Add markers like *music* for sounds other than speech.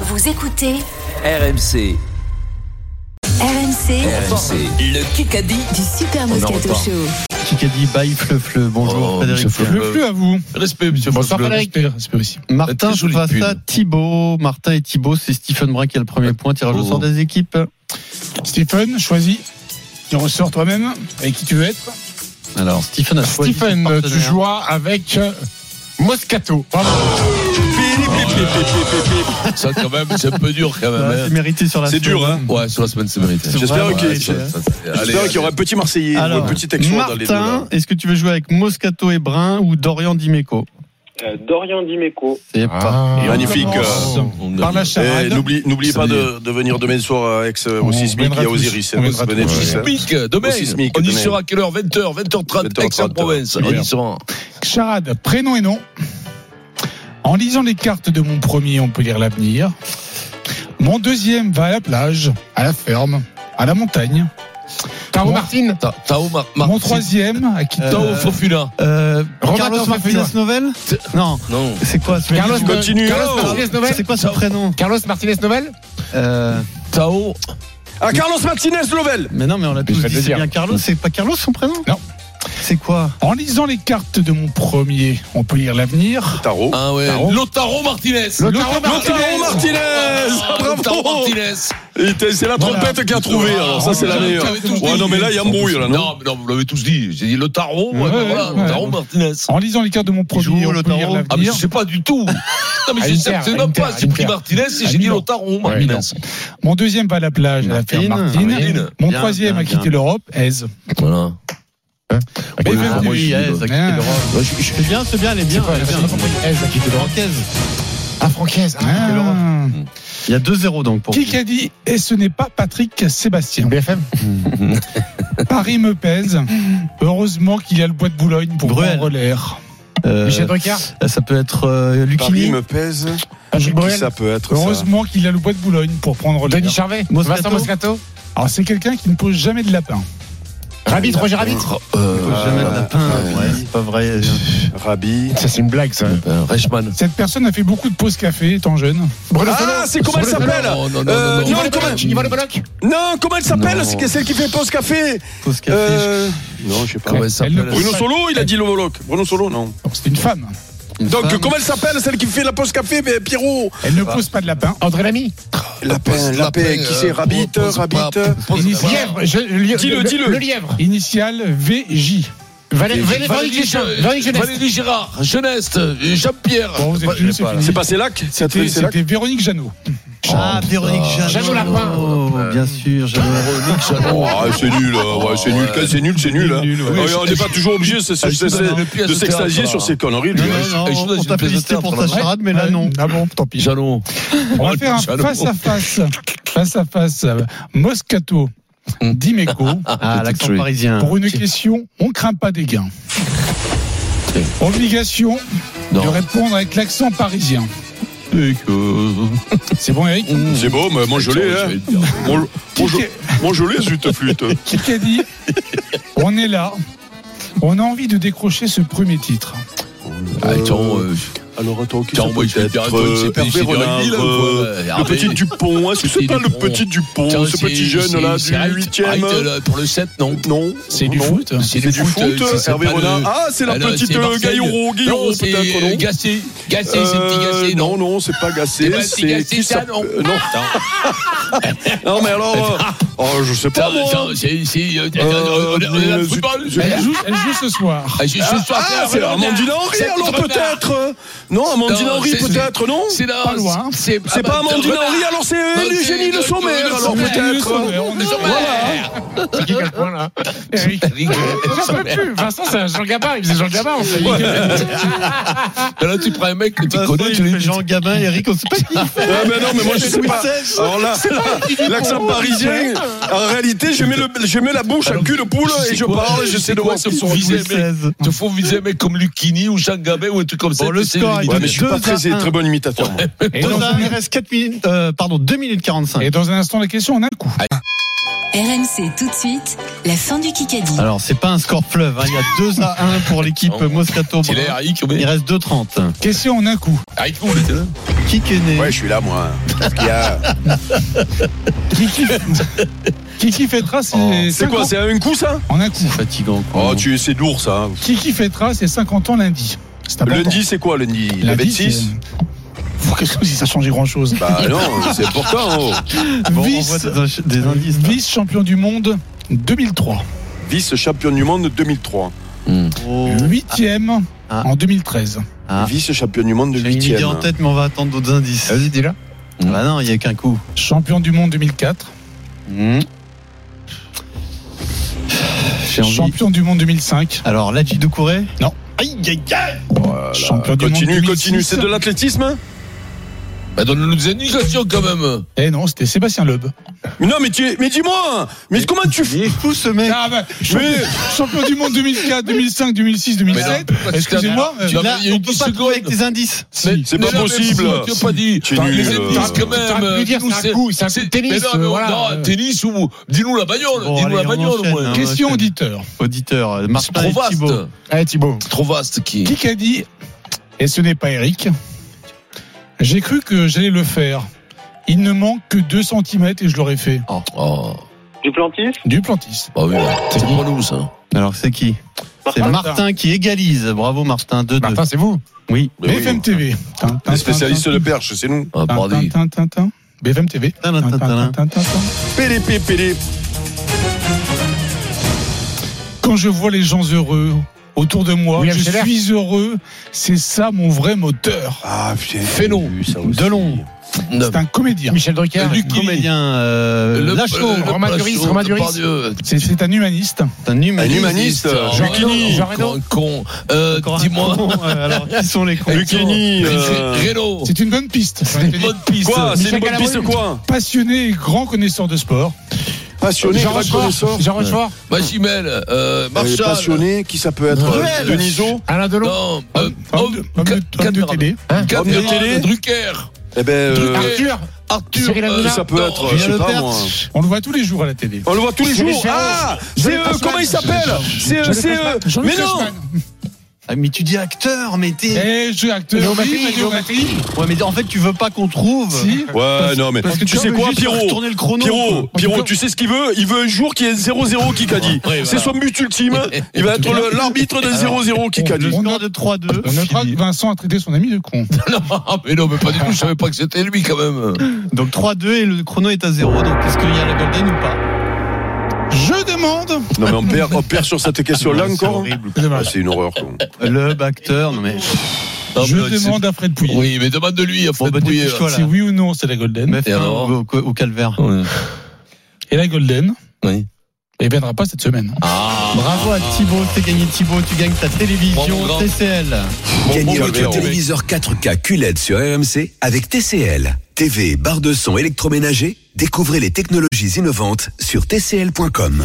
Vous écoutez RMC, RMC RMC, le Kikadi. du Super On en Moscato repart. Show. Kikadi by Fleu Bonjour Oh, Frédéric. monsieur Fleu. Fleu. plus à vous. Respect, monsieur Bonsoir, Bleu, Frédéric. Respect, respect aussi. Martin Très jolie face à pune. Thibaut. Martin et Thibaut, c'est Stephen Brun qui a le premier point. Tirage au Oh. sort des équipes. Stephen, choisis. Tu ressors toi-même avec qui tu veux être. Alors Stephen a choisi. son Stephen, partenaire. tu joues avec euh, Moscato. Bravo. Ça, quand même, c'est un peu dur, quand Ouais, même. Bah, C'est mérité sur la. C'est dur, hein. hein. Ouais, sur la semaine, c'est mérité. C'est J'espère vrai, ok. ouais, Ouais, ça- ça- c'est- allez, J'espère qu'il y aura un allez. petit Marseillais, Alors, ou un petit Texan dans les deux. hein. Martin, là. est-ce que tu veux jouer avec Moscato et Brun ou Dorian Dimeco Euh, Dorian Dimeco. C'est pas. Ah, magnifique, on commence euh, par la charade. Eh, N'oublie n'oubliez pas de, de venir demain soir avec ce, On au Sismic viendra et à tous. Osiris. On viendra Venez tous. tous, hein. Sismique, demain. Au sismique, on y demain. sera à quelle heure 20h, 20h30, 20h30, Aix-en-Provence. On y sera. Charade, prénom et nom. En lisant les cartes de mon premier, on peut lire l'avenir. Mon deuxième va à la plage, à la ferme, à la montagne. Mon- Martine. Tao Mar- Martine. Mon troisième a quitté. Tao Fofuna. Euh, Roberto Carlos Martinez. Martinez Novel Non. Non. C'est quoi ce Carlos mec Continue. Carlos hein. Martinez Novel C'est quoi son prénom Carlos Martinez Novel Euh, Tao. Ah, Carlos Martinez, Lovell Mais non, mais on l'a je tous vais te dit. C'est dire. bien Carlos. C'est pas Carlos son prénom Non. C'est quoi En lisant les cartes de mon premier, on peut lire l'avenir. Tarot. Ah ouais. Tao. Lotaro Martinez. Lautaro Lotaro Martinez Ah, Lotaro Bravo Martinez. Et t'es- C'est la Voilà. trompette qui a trouvé, alors ça, c'est la Vous l'avez meilleure. tous dit. Ouais, non, mais là, il y a un brouille, là, non Non, mais non, vous l'avez tous dit. J'ai dit Lotaro. Ouais, Voilà, ouais, Lotaro ouais. Martinez. En lisant les cartes de mon joue premier, au on peut Lautaro lire Ah, mais l'avenir. je sais pas du tout. *laughs* Non, mais À je sais Inter, absolument Inter, pas. J'ai pris Inter. Martinez et À j'ai dit Milan. Lotaro Ouais, Martinez. Mon deuxième va à la plage, à la Martine. ferme Martine. Ah oui. Mon Bien, troisième bien, a quitté bien. l'Europe, Aise. Voilà. Oui, Ouais, oui, Ah, moi, je oui, suis elle, libre. ça quitte Ah. l'Europe. Ouais, je- je- C'est bien, c'est bien, elle est bien. elle est bien. Aise a quitté Francaise. Ah, Francaise. quitté Il y a 2-0 donc pour Ah. Qui a dit Et ce n'est pas Patrick Sébastien. BFM *laughs* Paris me pèse. Heureusement qu'il y a le bois de Boulogne pour Bruel. prendre l'air. Drucker. Ça peut être euh, Paris Lucchini, me pèse. Patrick Qui Bruel. ça peut être ça Heureusement qu'il a le bois de Boulogne pour prendre l'air. Charvet, Moscato. Euh, Alors, c'est quelqu'un qui ne pose jamais de lapin. Rabbit, Roger Rabbit. Faut jamais de lapin. Ah, Ouais, c'est pas vrai. Rabi. Ça, c'est une blague, ça. Euh, Reichmann. Cette personne a fait beaucoup de pauses café étant jeune. Ah, c'est comment elle s'appelle Non, non, non, Euh, non, non. non, comment- Non, comment elle s'appelle C'est celle qui fait pause café Pause café. Euh, Non, je sais pas. Comment elle s'appelle Elle ne- Bruno Solo, il a dit le Voloc. Bruno Solo, non. Donc, C'est une femme. Une Donc, femme. comment elle s'appelle, celle qui fait la pause café, mais Pierrot Elle ne pose pas de lapin. André Lamy. Lapin, lapin, qui c'est Rabbit, Rabbit. Initial. Lièvre. je- le- Dis-le, le- dis-le. Le lièvre. Initiale VJ. Valé- Valé- Valérie Jeunesse. Valérie Jeunesse. Valérie Gérard, Jeunesse, Jean-Pierre. Bon, vous êtes Bah, nuls, je c'est sais pas, fini. là. C'est pas Célac C'était c'était Véronique Jeannot. Ah, Véronique Jeannot. Jeannot Lapin. Oh, bien sûr, Jeannot. Véronique *laughs* Jeannot. Ah, c'est nul, hein. ouais, c'est nul, Quand c'est nul, c'est nul. hein. Nul, ouais. Ouais, on n'est pas toujours obligé c'est- c'est- c'est- dans le pièce de s'extasier théâtre, sur là. ces conneries. lui, Non, hein. non, Et je vous non, laisse on une pièce t'a de félicité théâtre, pour ta là. charade, mais là Ouais. non. Ah bon, tant pis. Jeannot. On va faire un Jeannot. face à face. Face à face. euh, Moscato. Dimeco. Ah, l'accent Petite parisien. Pour une question, on craint pas des gains. Obligation de Non. répondre avec l'accent parisien. euh, C'est bon, Eric C'est bon, mais moi je l'ai. hein. Moi, moi, je- moi, je l'ai, zut flûte. Qui a dit On est là. On a envie de décrocher ce premier titre. Attends, euh, Alors attends, qui tiens, moi je vais te dire un truc, c'est Hervé c'est du Renard, rugby, là, ou quoi euh, Ouais, Le arrête. petit Dupont, est-ce que c'est Petit pas le Dupont. petit Tiens, Dupont, ce c'est- petit jeune c'est- là c'est arrête, du 8 arrête, euh, Pour le 7, non. Non. C'est du non. foot hein. C'est C'est du foot, euh, c'est Hervé pas le- Renard. Ah, c'est la Ah, non, petite c'est euh, Marseille. Gaillero, Gaillero Non, c'est peut-être, non euh, Gassé. Gassé, c'est le petit Euh, Gassé. non, non, c'est pas Gassé. C'est pas le petit Gassé, qui ça, ça non. Euh, non. Non, mais alors. euh, Oh, je sais pas. Attends, moi. attends, c'est. c'est, euh, On est- on est dans le zut, football. zut. elle joue, elle joue ce soir. Ah, je- je Ah, suis ah, à c'est faire, Amandine Henry, C'est alors Renard. peut-être Non, Amandine Non, Henry, c'est- peut-être, non C'est là. Pas loin. C'est C'est pas Amandine Renard. Henry, alors c'est Non, euh, c'est Eugénie le- Le Sommer, le- le alors Sommer. Le Sommer, peut-être on est- Voilà. *laughs* Eric, J'en peux plus. Ah, Vincent, c'est Jean Gabin. Il faisait Jean Gabin. on fait. Là, tu prends un mec que tu Vincent, connais, il tu lui fait dis. Jean Gabin, Eric, on sait pas qui *laughs* il fait. Ah, mais non, mais moi je sais Louis pas. XVI. Alors là, l'accent parisien, en réalité, je mets, le, je mets la bouche à Alors, cul de poule tu sais et je quoi, parle et tu j'essaie sais de quoi, voir ce ce qu'ils sont font. Louis visés, mec. XVI. Il faut viser un mec comme Lucchini ou Jean Gabin ou un truc comme ça. Bon, le Tu sais, score, lui, il Ouais, dit, mais je suis pas très, très bon imitateur. moi. et Et dans dans un un- RS 4 minutes, euh, pardon, 2 minutes 45. et dans un instant, la question, on a un coup. RMC tout de suite, la fin du Kikadi. Alors, c'est pas un score fleuve. hein. Il y a 2 à 1 pour l'équipe Non. Moscato. Oh, Il est Harry qui Il obéit. reste 2,30. Question en un coup. Harry Cool, il était là. Qui est né Ouais, je suis là, moi. hein. Parce qu'il y a- *laughs* Kiki, Kiki fêtera ses Oh. C'est 50 quoi C'est à un coup, ça En un coup. C'est fatigant. quoi. Oh, tu c'est lourd, ça. Kiki fêtera ses 50 ans lundi. C'est important. Lundi, c'est quoi, lundi Le Lundi, 26 c'est- Pour qu'est-ce que si ça changeait grand-chose *laughs* Bah non, c'est important. oh. Bon, on Vice- voit des, des indices. là. Vice-champion du monde 2003. Vice-champion du monde 2003. Oh. Huitième Ah. en 2013. Ah. Vice-champion du monde J'ai une 8 idée en tête, mais on va attendre d'autres indices. Vas-y, dis-la. Bah non, il n'y a qu'un coup. Champion du monde 2004. Hmm. J'ai envie. Champion du monde 2005. Alors, Ladji Doucouré Non. Aïe, aïe, aïe Champion du monde Ah Continue, 2006. continue. C'est de l'athlétisme hein Bah, donne-nous des indications quand même. Eh non, c'était Sébastien Loeb. Mais non, mais, tu es- mais dis-moi Mais comment tu fais Il est fou ce mec *laughs* Ah bah, champion, champion du monde 2004, 2005, 2006, Mais non, 2007. parce que- Excusez-moi. Tu l'as- euh, Là, il y a on eu peut 10 pas trouver avec secondes. des indices. si. C'est pas Mais non, mais possible. pourquoi Tu n'as pas dit. Tu es Enfin, nul, Les indices euh, quand même. t'aurais pu dire, Dis-nous, c'est un coup, c'est un coup de tennis, Mais non, mais euh, on- voilà. non, euh. tennis ou. Dis-nous la bagnole. Bon, Dis-nous allez, la on bagnole, enchaîne, au moins. hein. Question ouais, auditeur. Auditeur, euh, C'est Martin trop et vaste. Thibault. Ah, Allez Thibaut. Trop vaste qui. Qui qu'a dit Et ce n'est pas Eric. J'ai cru que j'allais le faire. Il ne manque que 2 cm et je l'aurais fait. Oh. Oh. Du plantis Du plantis. Bah oui, c'est pas nous ça. hein. Alors, c'est qui C'est Martin qui égalise. Bravo, Martin. 2-2. Martin, c'est vous. Oui. Mais oui, BFM TV. Tin, tin, Les spécialistes tin, de perche, c'est nous. Ah, tin, pardi. tin, tin, tin. BFM TV. Tin, tin, tin, tin. Tin, tin, tin, tin. Pélépé, pélé. Quand je vois les gens heureux autour de moi, William je Scheller. suis heureux. C'est ça mon vrai moteur. Ah, putain. Fénon. Delon. Non. C'est un comédien. Michel Drucker. Luc Guilly. Comédien. Euh, Le- Lachaud. euh, le Romain Lachaud, Duris, Romain Duris. Depardieu. C'est- C'est un humaniste. Un Un humaniste. humaniste. Lucchini. Jean Reno. Con, con. Euh, Encore un dis-moi. con. Euh, Alors, qui sont les cons Lucchini. euh, Reno. C'est une bonne piste. Bonne piste. Quoi C'est une Michel bonne piste, Galabru. quoi Passionné et grand connaisseur de sport. Passionné, Jean grand Rochefort. connaisseur. Jean Rochefort. Magimel. Euh, Euh, Marshall. Passionné, qui ça peut être euh, Ruel. Deniso Alain Delon. Non. euh, Homme homme de- homme de- Ca- homme de Cameron. télé. Homme de Cameron, télé. Drucker. Eh ben, euh, Drucker. Arthur. Arthur. Cyril euh, Hanouna. qui ça peut non, être euh, Je Julien sais pas, Lepers. moi. Oh, On le voit tous les jours à la télé. On le voit tous les Julie jours. Ferrand. Ah C'est Julie euh, Passman. comment il s'appelle C'est euh, Jean-Luc c'est Reichmann. euh, Jean-Luc mais non Reichmann. Ah, mais tu dis acteur, mais t'es. Eh, je suis acteur. Léomatrie, Oui, Mathieu Léomatrie. Mathieu. Ouais, mais en fait, tu veux pas qu'on trouve. Si. Ouais, non mais parce que tu tu sais veux quoi juste Pierrot Tourner le chrono. Pierrot, Pierrot, peut- tu sais ce qu'il veut Il veut un jour qu'il y ait 0-0 qui a dit. Ouais, C'est voilà. son but ultime. Il va être le- l'arbitre des 0-0 qui a Le dit. score de 3-2. On notera que Euh, Vincent a traité son ami de con. *laughs* Non, ah, mais non, mais pas du tout. Je savais pas que c'était lui quand même. Donc 3-2 et le chrono est à 0. Donc est-ce qu'il y a la Golden ou pas Je demande. Non mais on perd, on perd sur cette question-là *laughs* C'est encore. horrible. Ah, C'est une horreur. quoi. Le acteur, non mais. Non, je mais c'est- demande à Fred Pouillet. Oui, euh, mais demande de lui. à Bon, Fred bah, Bouillet. dépêche-toi Si là. oui ou non, c'est la Golden. Mets Et un alors Oh. au, au- au calvaire. Ouais. Et la Golden, Oui. elle viendra pas cette semaine. Ah. Bravo à Thibaut, t'es gagné Thibaut, tu gagnes ta Bravo, télévision grand. TCL. Gagnez bon, votre Calvaire, téléviseur 4K QLED E sur RMC avec TCL. TV, barre de son électroménager, découvrez les technologies innovantes sur tcl.com.